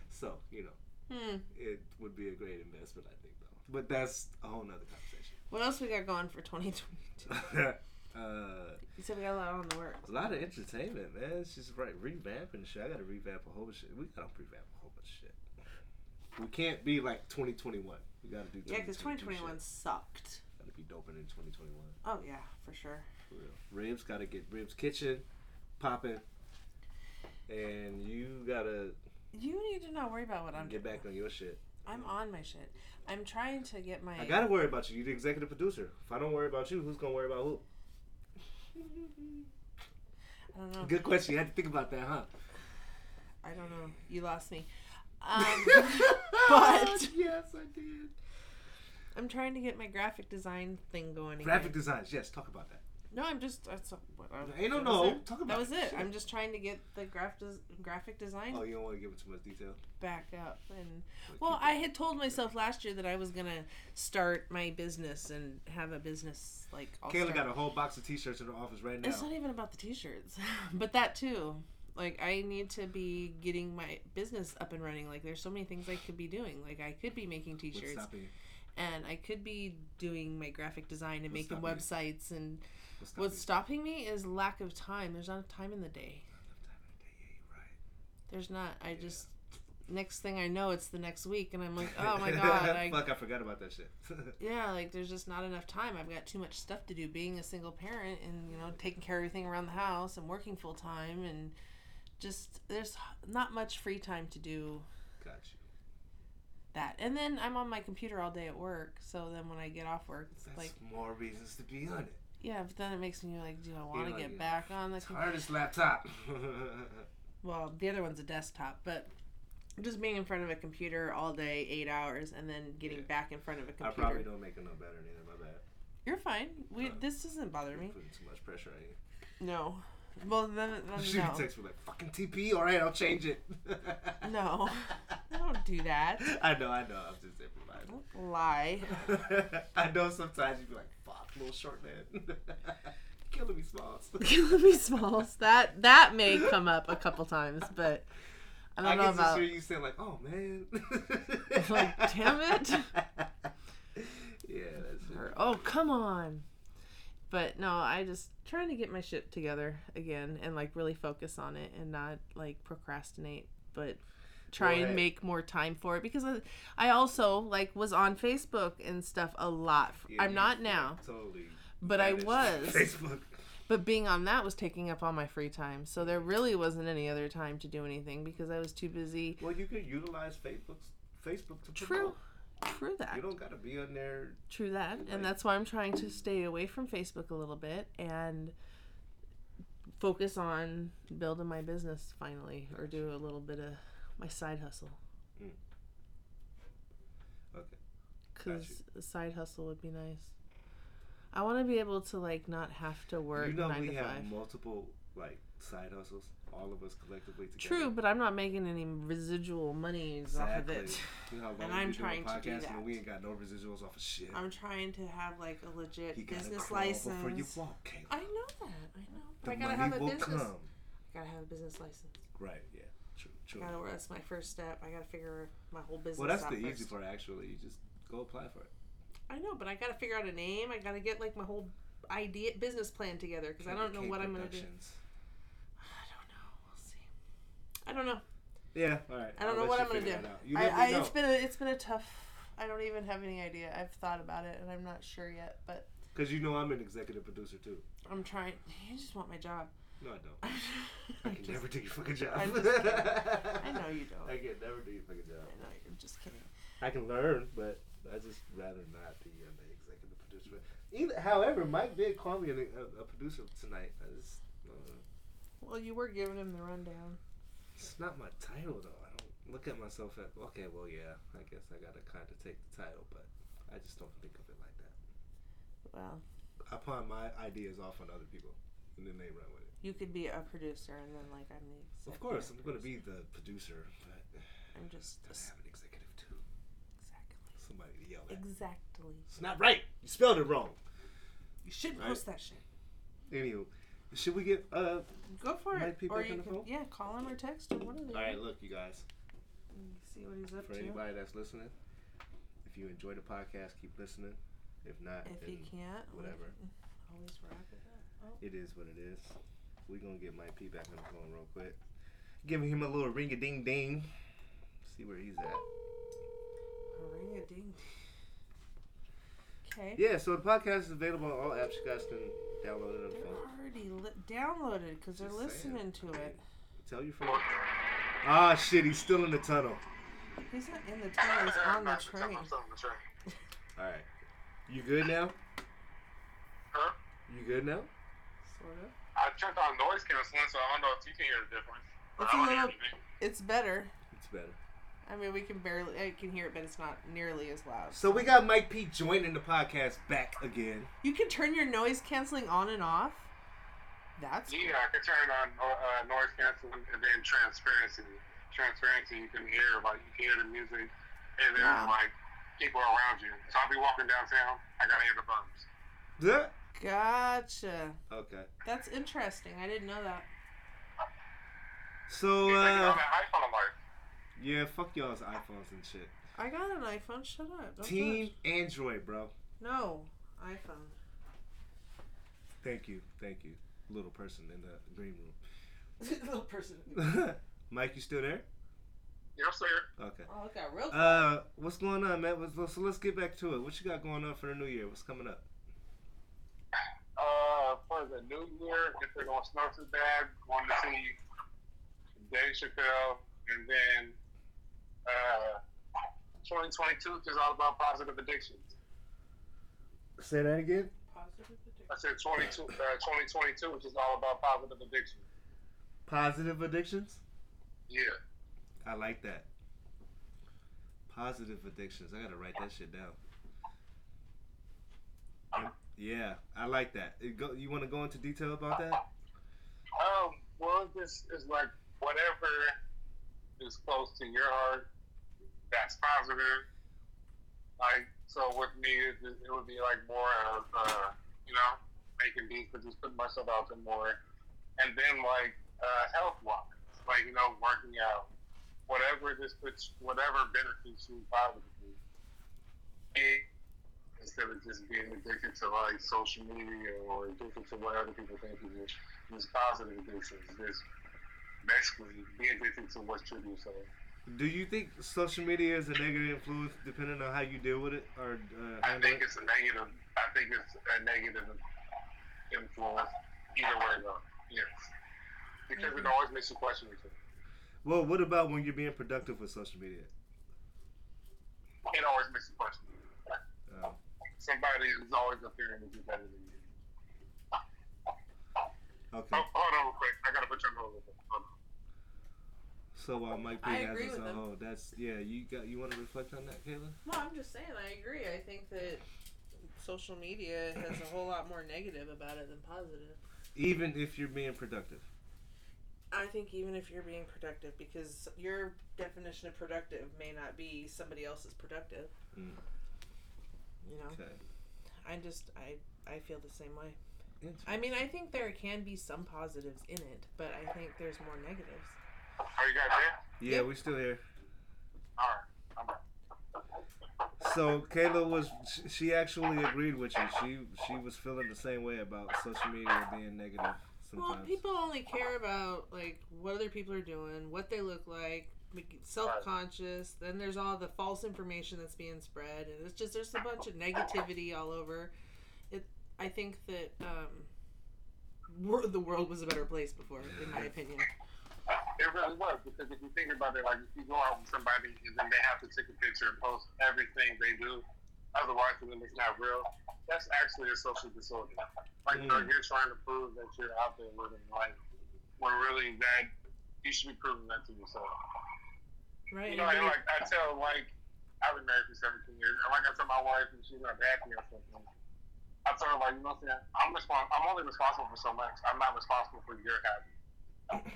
B: So you know,
C: Hmm.
B: it would be a great investment, I think, though. But that's a whole nother conversation.
C: What else we got going for 2022?
B: (laughs) uh,
C: You said we got a lot on the works.
B: a lot of entertainment, man. It's just right revamping shit. I gotta revamp a whole bunch of shit. We gotta revamp a whole bunch of shit. We can't be like 2021. We gotta do
C: Yeah,
B: 2022
C: because
B: shit.
C: 2021 sucked.
B: Gotta be doper than 2021.
C: Oh yeah, for sure.
B: For real. Ribs gotta get Ribs Kitchen popping. And you gotta
C: You need to not worry about what I'm
B: get
C: doing.
B: back on your shit.
C: I'm on my shit. I'm trying to get my.
B: I gotta worry about you. You're the executive producer. If I don't worry about you, who's gonna worry about who?
C: (laughs) I don't know.
B: Good question. You had to think about that,
C: (laughs)
B: huh?
C: I don't know. You
B: (laughs)
C: lost me. Um, (laughs) but-
B: yes, I did.
C: I'm trying to get my graphic design thing going.
B: Graphic
C: again.
B: designs. Yes, talk about that.
C: No, I'm just. That's what I
B: Hey, no,
C: that was
B: no,
C: it.
B: talk about
C: that was it.
B: shit.
C: I'm just trying to get the graph des- graphic design
B: Oh, you don't want to give it too much detail.
C: back up and
B: But
C: Well,
B: keep
C: I
B: it-
C: had told myself last year that I was gonna start my business and have a business like. all
B: Kayla
C: start-
B: got a whole box of T-shirts in her office right now.
C: It's not even about the T-shirts, (laughs) but that too. Like I need to be getting my business up and running. Like there's so many things I could be doing. Like I could be making
B: What's
C: T-shirts,
B: stopping you?
C: and I could be doing my graphic design and
B: What's
C: making
B: stopping you?
C: websites. And
B: What's stopping
C: what's
B: you?
C: stopping me is lack of time. There's not time in the day. There's not. I just next thing I know, it's the next week, and
B: (laughs)
C: I'm like, oh my god, I
B: Fuck, I forgot about that shit. (laughs)
C: yeah, like there's just not enough time. I've got too much stuff to do being a single parent and, you know, taking care of everything around the house and working full time and just there's not much free time to do
B: Got you.
C: that. And then I'm on my computer all day at work, so then when I get off work, it's
B: That's
C: like,
B: more reasons to be on it.
C: yeah, but then it makes me like, do I want to
B: like,
C: get
B: yeah,
C: back on the
B: It's
C: computer?
B: hardest (laughs) laptop.
C: Well, the other one's a desktop, but just being in front of a computer all day, 8 hours and then getting
B: Yeah.
C: back in front of a
B: I
C: computer.
B: probably don't make it no better than my bad.
C: You're fine. We
B: No.
C: this doesn't bother
B: You're
C: me.
B: putting too much pressure on you.
C: No. Well, then, then
B: (laughs) She
C: Oh, no.
B: texts me like, "Fucking TP, all right, I'll change it."
C: No. (laughs) Don't do that.
B: (laughs) I know, I know. I'm just improvising. (laughs)
C: Don't lie. (laughs)
B: I know sometimes you be like, fuck, little short man. (laughs) Killing me
C: (laughs)
B: smalls.
C: Killing me smalls. That that may come up a couple times, but I don't
B: I,
C: know
B: can just
C: about
B: hear you saying like, oh man.
C: (laughs) Like, damn
B: (laughs)
C: it.
B: yeah, that's
C: or,
B: it.
C: oh come on. But no, I just trying to get my shit together again and like really focus on it and not like procrastinate, but try
B: Well, hey.
C: and make more time for it because I, I also like was on Facebook and stuff a lot. f-
B: Yeah,
C: I'm
B: you
C: not now,
B: Totally.
C: but I
B: managed (laughs)
C: was.
B: Facebook.
C: But being on that was taking up all my free time. So there really wasn't any other time to do anything because I was too busy.
B: Well, you could utilize Facebook's Facebook to
C: True.
B: promote.
C: True that.
B: You don't gotta be on there.
C: True that. And that's why I'm trying to stay away from Facebook a little bit and focus on building my business finally or do a little bit of my side hustle.
B: Mm. Okay.
C: Because a side hustle would be nice. I want to be able to like not have to work
B: you know
C: nine
B: we
C: to
B: have
C: five.
B: multiple like side hustles, all of us collectively together.
C: True, but I'm not making any residual monies off of
B: Exactly.
C: it.
B: You know how long
C: And
B: we've
C: I'm
B: been doing
C: trying to do
B: podcasts
C: that.
B: and we ain't got no residuals off of shit.
C: I'm trying to have like a legit
B: You gotta
C: business
B: crawl
C: license.
B: before you walk, Caleb.
C: I know that. I know.
B: The
C: But I gotta
B: money
C: have a
B: will
C: business.
B: come.
C: I gotta have a business license.
B: Right. Yeah. True. True.
C: Gotta, that's my first step. I gotta figure my whole business.
B: Well, that's
C: out
B: the
C: first.
B: easy part. Actually, you just go apply for it.
C: I know, but I gotta figure out a name. I gotta get like my whole idea business plan together because I don't know what I'm gonna do. I don't know. We'll see. I don't know.
B: do. Yeah. All right.
C: I don't know what I'm gonna do.
B: You
C: I,
B: never
C: I,
B: know.
C: it's been a, it's been a tough. I don't even have any idea. I've thought about it and I'm not sure yet. But
B: Because you know I'm an executive producer too.
C: I'm trying. You just want my job. (laughs)
B: No, I don't.
C: I
B: I can
C: just-
B: never do your fucking job. (laughs)
C: I'm just kidding.
B: I
C: I know you don't.
B: I can never do your fucking job.
C: I know you're just kidding.
B: I can learn, but I just rather not be an executive producer. Either, however, Mike did call me an, a, a producer tonight. I just, uh,
C: Well, you were giving him the rundown.
B: it's not my title though. I don't look at myself at okay. Well, yeah, I guess I gotta kind of take the title, but I just don't think of it like that.
C: Well,
B: I pawn my ideas off on other people. and then they run with it.
C: You could be a producer, and then like I'm the.
B: Of
C: executive
B: course, I'm gonna
C: producer.
B: be the producer, but
C: I'm just
B: I have an executive too.
C: exactly.
B: Somebody to yell at.
C: Exactly.
B: It's not right. You spelled it wrong.
C: You should
B: Right.
C: post that shit.
B: Anywho, should we get uh?
C: Go for
B: Might
C: it.
B: be
C: Or
B: back
C: you
B: on the
C: can,
B: phone?
C: yeah, call him or text him. What are they?
B: All right, look, you guys.
C: See what he's up
B: For
C: to.
B: anybody that's listening, if you enjoy the podcast, keep listening. If not,
C: If
B: then
C: he can't, we
B: whatever.
C: can (laughs) Always wrap it up.
B: it is what it is. We gonna get Mike P back on the phone real quick. Giving him a little ring a ding ding. See where he's at.
C: Ring a ding. Okay.
B: Yeah, so the podcast is available on all apps. You guys can download it on the
C: They're
B: phone.
C: already li- downloaded because they're
B: Just saying.
C: listening to it.
B: Tell your friends. Ah, shit, he's still in the tunnel.
C: He's not in the tunnel. He's on the
D: Not to tell
C: train.
D: them something to train.
B: All right. You good now?
D: Huh?
B: You good now?
C: Sort of.
D: I turned on noise canceling, so I don't know if you can hear the difference. But
C: It's
D: I
C: a
D: don't hear
C: little-
D: anything.
C: It's better.
B: It's better.
C: I mean, we can barely. I can hear it, but it's not nearly as loud.
B: So we got Mike P joining the podcast back again.
C: You can turn your noise canceling on and off. That's cool.
D: Yeah, I could turn on uh, uh, noise canceling and then transparency. Transparency, you can hear like you can hear the music, and then
C: Wow.
D: like people around you. So I'll be walking downtown. I gotta hear the bumps.
B: Yeah.
C: Gotcha.
B: Okay.
C: That's interesting. I didn't know that.
B: So
D: He's taking
B: uh
D: all that hype on the life.
B: yeah, fuck y'all's iPhones and shit.
C: I got an iPhone. Shut up. Don't
B: Team
C: touch.
B: Android, bro.
C: No iPhone.
B: Thank you, thank you, little person in the green
C: (laughs) Little person.
B: room. (laughs) Mike, you still there?
D: Yes, sir.
B: Okay.
C: Oh, it got real.
B: Uh, what's going on, man? What's- So let's get back to it. What you got going on for the new year? What's coming up?
D: Uh, for the new year, if they're gonna snow too bad, going to see Dave Chappelle, and then uh, 2022 is all about positive addictions.
B: Say that again.
C: Positive
D: I said 22, uh, 2022, which is all about positive addiction.
B: Positive addictions.
D: Yeah.
B: I like that. Positive addictions. I gotta write that shit down. Yeah, I like that. It go, you want to go into detail about that?
D: Um, well, this is like whatever is close to your heart, that's positive. Like, so with me, it, it would be like more of, uh, you know, making beats, but just putting myself out there more. And then like, uh, health wise, like, you know, working out, whatever this puts, whatever benefits you positively. It, instead of just being addicted to like social media or addicted to what other people think is just this positive addictions, just basically be addicted to what's true to yourself.
B: Do you think social media is a negative influence depending on how you deal with it or uh,
D: I
B: handle
D: think
B: it?
D: it's a negative. I think it's a negative influence either way though. Yes, because it always makes you question yourself.
B: Well, what about when you're being productive with social media?
D: It always makes you question.
B: Um,
D: Somebody is always appearing to do better than you.
B: okay.
D: Oh, hold on, real quick. I gotta put you on hold. real quick. Hold on.
B: So while Mike P
C: I
B: has
C: agree
B: us
C: with
B: on
C: him.
B: hold, that's yeah. You got you want to reflect on that, Kayla?
C: No, I'm just saying. I agree. I think that social media has a whole lot more negative about it than positive.
B: Even if you're being productive.
C: I think even if you're being productive, because your definition of productive may not be somebody else's productive.
B: Mm.
C: You know,
B: Okay.
C: I just I I feel the same way.
B: Interesting.
C: I mean, I think there can be some positives in it, but I think there's more negatives.
D: Are you guys there?
B: Yeah, we're still here.
D: All right. I'm back.
B: So Kayla was sh- she actually agreed with you. She she was feeling the same way about social media being negative sometimes.
C: Well, people only care about like what other people are doing, what they look like, self-conscious. Then there's all the false information that's being spread, and it's just there's a bunch of negativity all over. It, I think that um, wor- the world was a better place before, in my opinion.
D: It really was because if you think about it, like if you go out with somebody and then they have to take a picture and post everything they do, otherwise for them it's not real. That's actually a social disorder. Like you know,
B: Mm.
D: you're trying to prove that you're out there living life, when really that you should be proving that to yourself.
C: Right?
D: You know, and like I tell like I've been married for 17 years, and like I tell my wife, and she's not happy or something. I I told her like, you know what I'm saying? I'm respons- I'm only responsible for so much. I'm not responsible for your happy.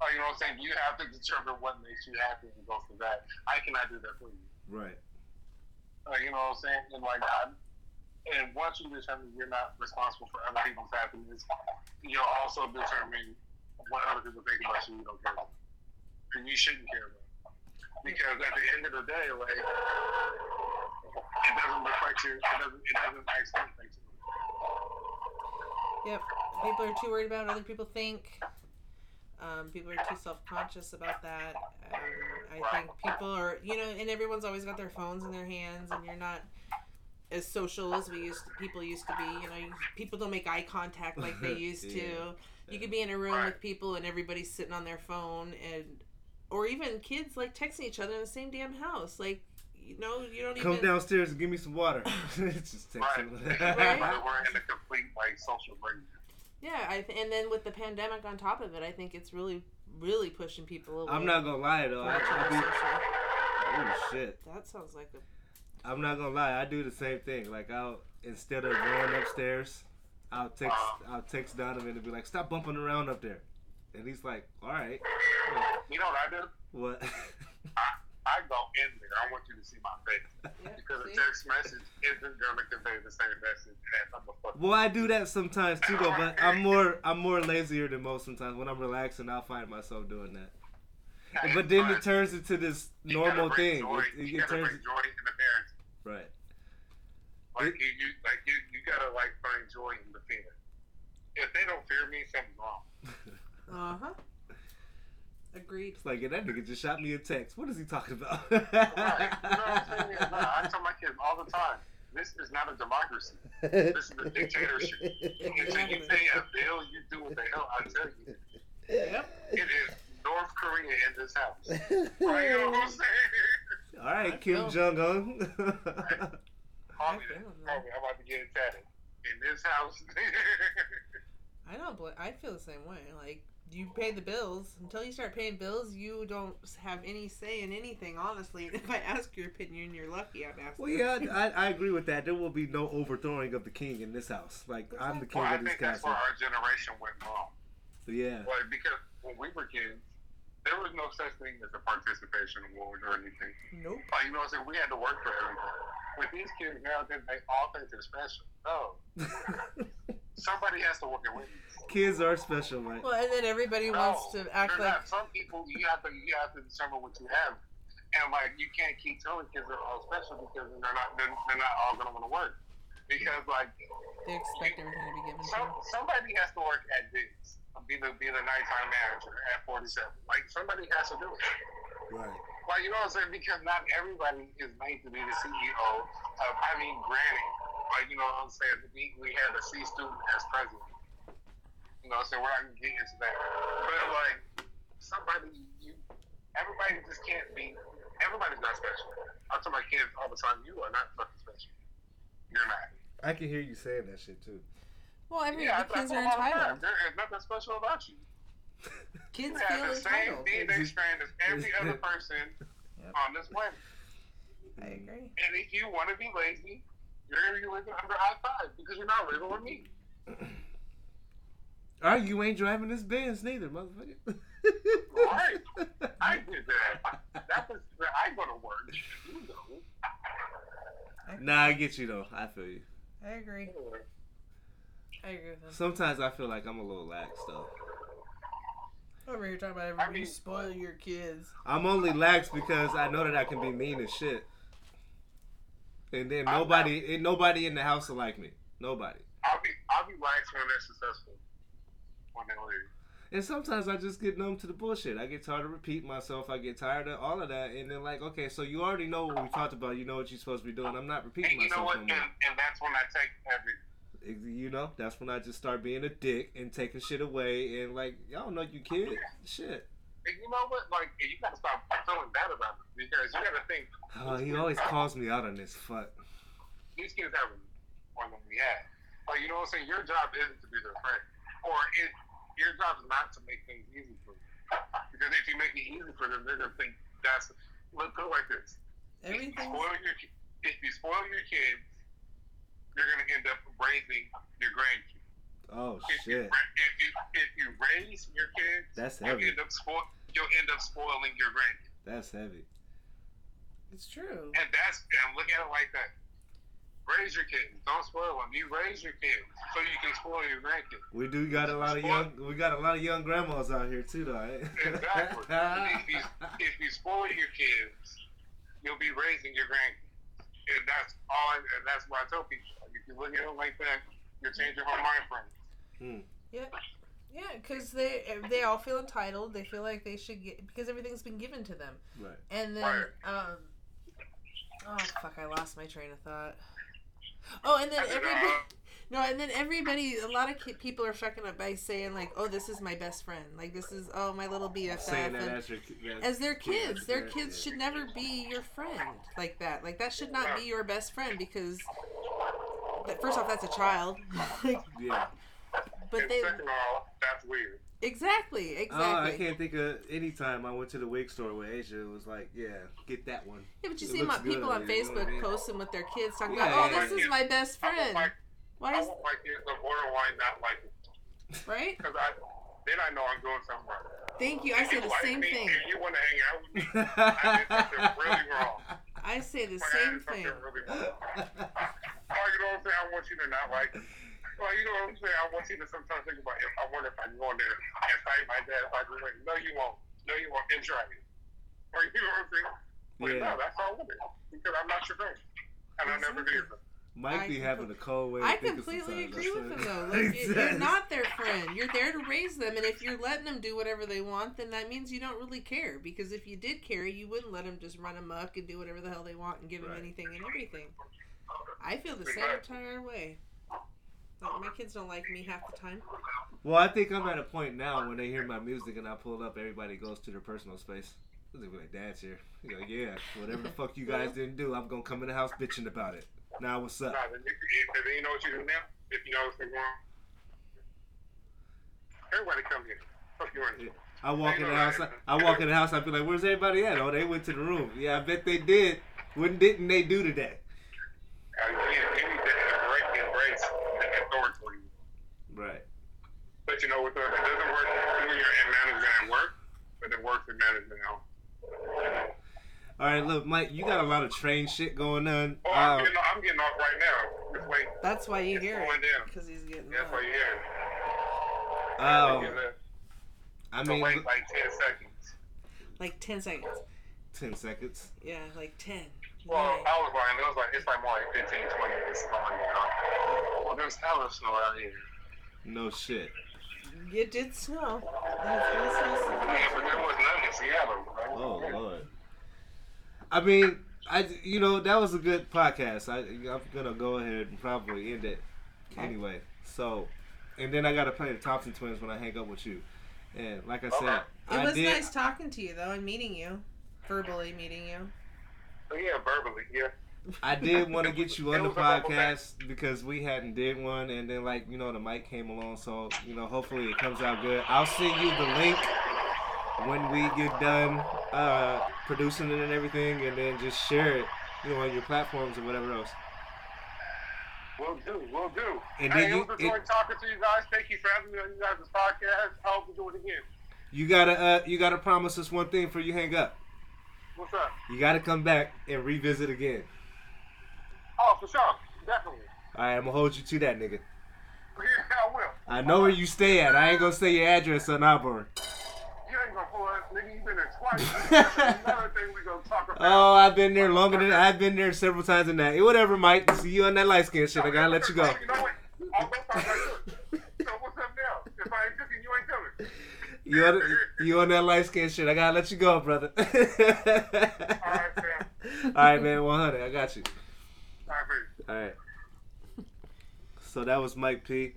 D: Like, you know what I'm saying? You have to determine what makes you happy and go from that. I cannot do that for you.
B: Right.
D: Like, you know what I'm saying? And like, I, and once you determine you're not responsible for other people's happiness, you'll also determine what other people think about you. You don't care about. And you shouldn't care about. Because at the end of the day, like, it doesn't reflect your. It doesn't. It doesn't actually reflect you.
C: Yep. People are too worried about what other people think. Um, people are too self conscious about that. Um, I think people are, you know, and everyone's always got their phones in their hands, and you're not as social as we used to, people used to be. You know, you, people don't make eye contact like they used to.
B: (laughs) Yeah.
C: You could be in a room
D: Right.
C: with people, and everybody's sitting on their phone, and or even kids like texting each other in the same damn house. Like, you know, you don't
B: Come
C: even.
B: downstairs and give me some
C: (laughs)
B: water. (laughs) Just text
D: Right.
B: him.
C: Right.
D: Like, We're in a complete like social break.
C: Yeah, I th- and then with the pandemic on top of it, I think it's really, really pushing people
B: (laughs)
C: away.
B: I'm not gonna lie though. I, I
C: from
B: do,
C: social.
B: oh shit.
C: That sounds like a
B: I'm not gonna lie. I do the same thing. Like I'll instead of going upstairs, I'll text
D: Uh-huh.
B: I'll text Donovan and be like, "Stop bumping around up there," and he's like, "All right,
D: You know what I do?
B: what?" (laughs)
D: I go in there. I want you to see my face
C: yeah,
D: because a
C: see?
D: text message isn't gonna convey the same message as a motherfucker.
B: well, I do that sometimes too, though. But I'm more I'm more lazier than most sometimes. When I'm relaxing, I'll find myself doing that. But then it turns into this
D: You gotta
B: normal
D: bring
B: thing.
D: Joy,
B: It, it,
D: you
B: it
D: gotta
B: turns
D: bring joy in the parents.
B: right.
D: Like you, you, like you, you gotta like find joy in the fear. If they don't fear me, something's
B: (laughs)
D: wrong.
C: Uh huh. Agreed.
B: It's like yeah, that nigga just shot me a text. What is he talking about? (laughs)
D: Right? You know what I'm saying? No, I tell my kids all the time. This is not a democracy. This is a dictatorship. Until you pay a bill, you do what the hell I tell you. It is North Korea in this house. Like, you know what I'm saying?
B: All right, Kim
C: feel-
B: Jong Un.
D: Call me,
C: I feel it,
D: call me. I'm about to get it tatted in this house. (laughs)
C: I don't. Bl- I feel the same way. Like you pay the bills. Until you start paying bills, you don't have any say in anything. Honestly, (laughs) if I ask your opinion, you're lucky I'm asking.
B: (laughs) Well, yeah, I, I- I agree with that. There will be no overthrowing of the king in this house. Like I'm the king
D: well, I
B: of this
D: think that's
B: castle.
D: where our generation went wrong.
B: Yeah,
D: Like because when we were kids, there was no such thing as a participation award or anything.
C: Nope.
D: Like you know what I'm saying? We had to work for everything. With these kids now, they make all things are special.
C: (laughs)
D: No, somebody has to work it with. you.
B: kids are special, right?
C: Well, and then everybody wants
D: No,
C: to act
D: they're
C: like.
D: not. some people. You have to you have to determine what you have, and like you can't keep telling kids they're all special because they're not they're, they're not all gonna want to work. Because like
C: They expect everything to be given to
D: Some,
C: them.
D: somebody has to work at Diggs, be the be the nighttime manager at 47. Like somebody has to do it.
B: Right.
D: Like you know what I'm saying? Because not everybody is made to be the CEO. Of, I mean, granted, like you know what I'm saying. We, we had a C student as president. You know, so we're not gonna get into that. But like somebody, you, everybody just can't be. Everybody's not special. I tell my kids all the time, you are not fucking special. You're not.
B: I can hear you saying that shit too.
C: Well, every
D: Yeah,
C: the
D: I- I
C: kids are
D: tell them all the time,
C: entitled.
D: There is nothing special about you.
C: Kids
D: You
C: feel
D: have the same
C: entitled.
D: DNA strand as every other person
B: Yep.
D: on this planet.
C: I agree.
D: And if you want to be lazy, you're going to be living under I 5 because you're not living with me.
B: All right, you ain't driving this Benz neither, motherfucker.
D: Right.
B: (laughs)
D: I did that. That was that I go to work. You know.
B: Nah, I get you though. I feel you.
C: I agree. I agree with them.
B: Sometimes I feel like I'm a little lax though.
C: Over here talking about
D: I
C: everybody.
D: mean-
C: you spoil your kids.
B: I'm only lax because I know that I can be mean as shit. And then
D: I'm
B: nobody, and nobody in the house will like me. Nobody.
D: I'll be I'll be lax when they're successful. When they leave.
B: And sometimes I just get numb to the bullshit. I get tired of repeating myself. I get tired of all of that. And then like, okay, so you already know what we talked about. You know what you're supposed to be doing. I'm not repeating
D: And you know
B: myself
D: what?
B: no
D: And,
B: more.
D: and that's when I take every.
B: Ex- You know, that's when I just start being a dick and taking shit away. And like, y'all know you kid. Shit.
D: And you know what? Like you got to stop feeling bad about it because you got to think
B: Oh, he always calls me out on this. Fuck.
D: these kids have more than we had. Like, you know what I'm saying? Your job isn't to be their friend, or it, your job is not to make things easy for them. Because if you make it easy for them, they're gonna think that's. Look, put it like this: if you
C: Everything's
D: spoil your, ki- if you spoil your kids, you're gonna end up raising your grandkids.
B: Oh
D: If
B: shit.
D: you, ra- if you if you raise your kids,
B: That's
D: you'll
B: heavy.
D: end up spo- you'll end up spoiling your grandkids,
B: That's heavy.
C: It's true.
D: and that's and look at it like that. Raise your kids, don't spoil them. You raise your kids so you can spoil your grandkids.
B: We do got a lot of young we got a lot of young grandmas out here too though. eh?
D: Exactly. (laughs) if, you, if you spoil your kids, you'll be raising your grandkids. And that's all. And that's why I tell people: like, if you look at it like that, you're changing her mind from it.
C: Yeah. Yeah, because they eh, they all feel entitled. They feel like they should get because everything's been given to them.
B: (laughs) right.
C: And then,
D: Right.
C: um, oh fuck, I lost my train of thought. Oh, and then
D: I
B: (laughs)
D: said,
C: everybody,
D: uh,
C: (laughs) no, and then everybody, a lot of ki- people are fucking up by saying like, oh, this is my best friend, like this is oh my little BFF.
B: Saying that
C: and-
B: as your that's,
C: as their kids, their
B: Yeah.
C: kids should never be your friend like that. Like that should not be your best friend because, that, first off, that's a child. (laughs) Like,
B: yeah.
C: but
D: and
C: they
D: second of all, that's weird.
C: exactly,
B: Oh, I
C: exactly.
B: can't think of any time I went to the wig store with Asia. It was like, yeah, get that one.
C: yeah, but you
B: It
C: see my
B: looks good,
C: people on
B: you know what I
C: Facebook
B: mean? (laughs)
C: posting with their kids talking
B: Yeah,
C: about, oh,
B: yeah,
C: this
D: yeah.
C: is my best
D: I want
C: friend.
D: my,
C: Why
D: I
C: is
D: want my kids to borderline not like
C: (laughs)
D: it
C: right?
D: because I then I know I'm doing something wrong.
C: Thank you. I
D: If
C: say
D: you
C: the
D: like
C: same
D: me,
C: thing.
D: If you want to hang out with me, I did something really wrong.
B: yeah,
C: I say the
D: Like, I
C: same
D: did
C: thing.
D: something really wrong. Like, you Oh, know what I'm saying? I want you to not like. it. Like, you know what I'm saying? I want you to sometimes think about if I wonder if I can go in there and fight my dad if I do it. No, you won't. No, you won't. And try it. Or you know what I'm saying? Like,
B: Yeah.
D: No, that's all with it because I'm not your friend, and I never did.
B: Mike
C: I
B: be having a cold way.
C: I
B: of thinking
C: completely
B: sometimes.
C: agree with him
B: That's (laughs)
C: though.
B: what-
C: Like, you- you're
B: Exactly.
C: not their friend. You're there to raise them, and if you're letting them do whatever they want, then that means you don't really care. Because if you did care, you wouldn't let them just run amok and do whatever the hell they want and give them
B: Right.
C: anything and everything. I feel the same entire way. Like, my kids don't like me half the time.
B: Well, I think I'm at a point now when they hear my music and I pull up, everybody goes to their personal space. They be like, "Dad's here." You go, yeah, whatever the fuck you guys didn't do, I'm gonna come in the house bitching about it. Now what's up?
D: Nah, then you, if, then you know what you do now. If you know what's going on, everybody come here. Fuck you in.
B: I walk in the house. I walk in the house. I'd be like, "Where's everybody at?" Oh, they went to the room. Yeah, I bet they did. When didn't they do today?
D: Uh, you, need, you need to embrace, embrace the authority.
B: Right.
D: But you know, with the, it doesn't work when you're in management at work, but it works in management now.
B: All right, look, Mike, you got a lot of train shit going on.
D: Oh, I'm,
B: Um,
D: getting, off- I'm getting off right now. Just wait.
C: That's why you
D: It's
C: hear
D: going
C: it.
D: down.
C: Because he's getting
D: That's why
C: loud.
D: you
B: um,
D: hear it. You know,
B: I
D: so
B: mean,
D: wait like 10 seconds.
C: like ten seconds.
B: ten seconds.
C: Yeah, like ten.
D: Well,
C: Nine.
D: I was lying. It was like, it's like more like 15, 20 minutes long now. Well, Oh, there's hella snow out here.
B: No shit.
C: It did snow. That's really so
D: Yeah,
C: sad.
D: but there was none in Seattle. Right?
B: Oh lord. I mean, I you know that was a good podcast. I I'm gonna go ahead and probably end it anyway. So, and then I gotta play the Thompson Twins when I hang up with you. And like I said,
D: Okay.
C: It
B: I
C: was
B: did.
C: nice talking to you though and meeting you, verbally meeting you.
D: So, yeah, verbally, yeah.
B: I did want to get you on
D: It
B: the
D: was a bubble bath.
B: podcast because we hadn't did one, and then like you know the mic came along, so you know hopefully it comes out good. I'll send you the link when we get done uh, producing it and everything, and then just share it, you know, on your platforms or whatever else.
D: Will do, will do.
B: And
D: hey,
B: did
D: it
B: you-
D: was a joy
B: it-
D: talking to you guys. Thank you for having me on you guys' podcast. I hope we do it again.
B: You gotta uh, you gotta promise us one thing before you hang up.
D: What's up?
B: You gotta come back and revisit again.
D: Oh, for sure. Definitely.
B: All right, I'm gonna hold you to that, nigga.
D: Yeah, I will.
B: I know where you stay at. I ain't gonna say your address on Auburn.
D: You ain't gonna pull us, nigga. You
B: (laughs)
D: been there twice. That's another thing we gonna talk about.
B: Oh, I've been there longer than I've been there several times in that. Whatever, Mike. See you on that light skin shit. I gotta let you go.
D: (laughs) You know what? I'll go talk about you. So what's up now? If I ain't cooking, you ain't coming.
B: You on, you on that light skin shit. I gotta let you go, brother. (laughs) All right,
D: fam.
B: man. 100. I got you.
D: All right, baby.
B: All right. So that was Mike P.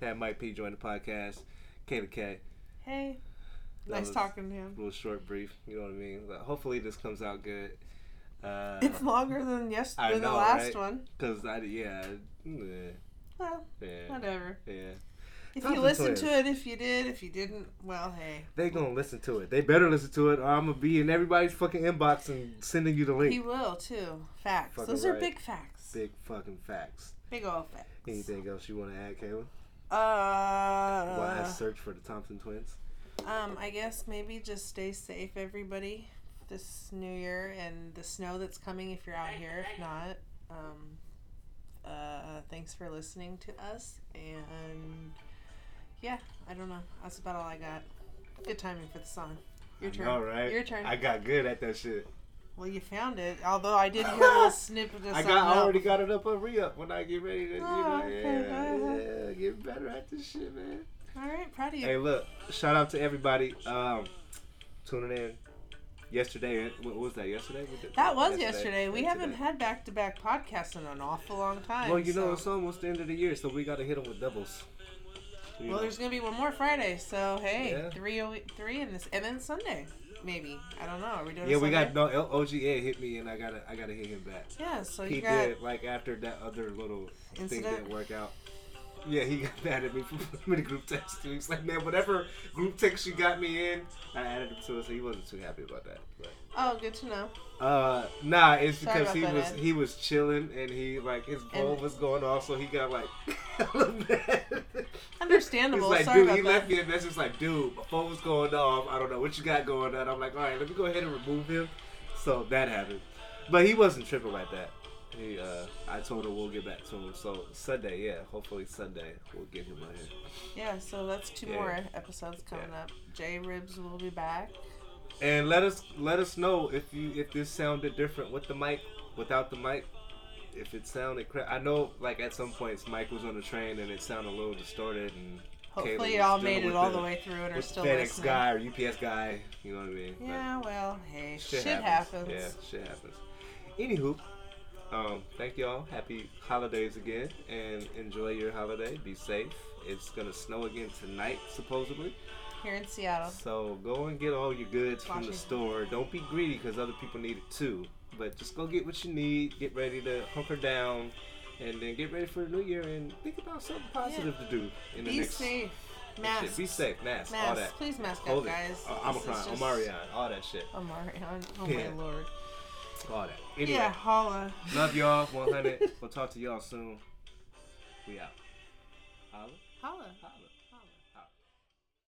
B: Had Mike P join the podcast. K to K.
C: Hey.
B: That
C: nice
B: was-
C: talking
B: (laughs)
C: to him.
B: Real short, brief. You know what I mean? But hopefully this comes out good. Uh,
C: It's longer than yes
B: I
C: than the
B: know, right?
C: last one.
B: Cause I yeah yeah
C: Well,
B: yeah.
C: whatever.
B: yeah.
C: If
B: Thompson
C: you listened to
B: twins.
C: it, if you did, if you didn't, well, hey.
B: They gonna listen to it. They better listen to it, or I'm gonna be in everybody's fucking inbox and sending you the link.
C: He will too. Facts.
B: Fucking
C: Those are
B: right.
C: big facts.
B: Big fucking facts.
C: Big ol' fat.
B: Anything else you want to add, Kayla?
C: Uh,
B: While I search for the Thompson twins.
C: Um, I guess maybe just stay safe, everybody, this new year and the snow that's coming if you're out here. If not, um, uh, thanks for listening to us. And yeah, I don't know. That's about all I got. Good timing for the song. Your turn.
B: All right.
C: Your turn.
B: I got good at that shit.
C: well, you found it. Although
B: (laughs)
C: I did hear a little snippet of
B: I
C: something.
B: got I
C: else.
B: already got it up on re up when I get ready to. You know,
C: Oh, okay,
B: yeah, yeah, get better at this shit, man.
C: All right, proud of
B: (laughs)
C: you.
B: Hey, look! Shout out to everybody um, tuning in yesterday. and- What was that? Yesterday? We did-
C: That was yesterday. We
B: and
C: haven't
B: today.
C: had back to back podcasts in an awful long time.
B: Well, you know,
C: so-
B: it's almost the end of the year, so we gotta hit them with doubles. You
C: Well,
B: know.
C: there's gonna be one more Friday, so hey,
B: Yeah.
C: three a week- three and this, and then Sunday, maybe. I don't know. Are we doing? a
B: yeah, we got
C: Sunday?
B: no L- OGA hit me, and I gotta I gotta hit him back.
C: Yeah, so
B: he
C: you got
B: did like after that other little thing
C: Incident?
B: didn't work out. Yeah, he got (laughs) mad at me for putting me in a group text. too. He's like, man, whatever group text you got me in, I added him to it, so he wasn't too happy about that. But.
C: oh, good to know.
B: Uh, nah, it's
C: Sorry
B: because
C: about
B: he
C: that,
B: was
C: Ed.
B: he was chilling and he like his phone
C: And-
B: was going off, so he got like (laughs) a little mad. He's
C: Understandable.
B: like,
C: Sorry
B: dude,
C: about
B: he
C: that.
B: left me a message like, dude, my phone was going off. I don't know what you got going on. I'm like, all right, let me go ahead and remove him. So that happened, but he wasn't tripping like that. He, uh, I told him we'll get back to him. So Sunday, yeah, hopefully Sunday we'll get him on here.
C: Yeah, so that's two
B: Yeah.
C: more episodes coming up. J Ribs will be back.
B: And let us let us know if you if this sounded different with the mic, without the mic, if it sounded crap. I know like at some points Mike was on the train and it sounded a little distorted and Kayla
C: Hopefully,
B: was
C: y'all
B: dealing
C: made it
B: with
C: all the, way through and are
B: with
C: still
B: FedEx
C: listening.
B: guy or UPS guy. You know what I mean? But
C: Yeah, well, hey, shit, happens.
B: Yeah, shit happens. Anywho, um, thank y'all. Happy holidays again, and enjoy your holiday. Be safe. It's gonna snow again tonight, supposedly.
C: Here in Seattle.
B: So go and get all your goods from the
C: Washington.
B: store. Don't be greedy because other people need it too. But just go get what you need. Get ready to hunker down, and then get ready for the new year and think about something positive to do in the
C: Be
B: next.
C: safe.
B: next year.
C: Masks.
B: Be safe. Mask. All
C: Masks.
B: that.
C: Please mask up,
B: Hold it.
C: guys.
B: Uh,
C: This
B: Omicron,
C: is just-
B: Omarion, all that shit.
C: Omarion. Oh
B: Yeah.
C: my lord.
B: All that. Anyway,
C: Yeah, holla.
B: love y'all. 100. we'll talk to y'all soon. We out. Holla.
C: Holla.
B: Holla. Holla.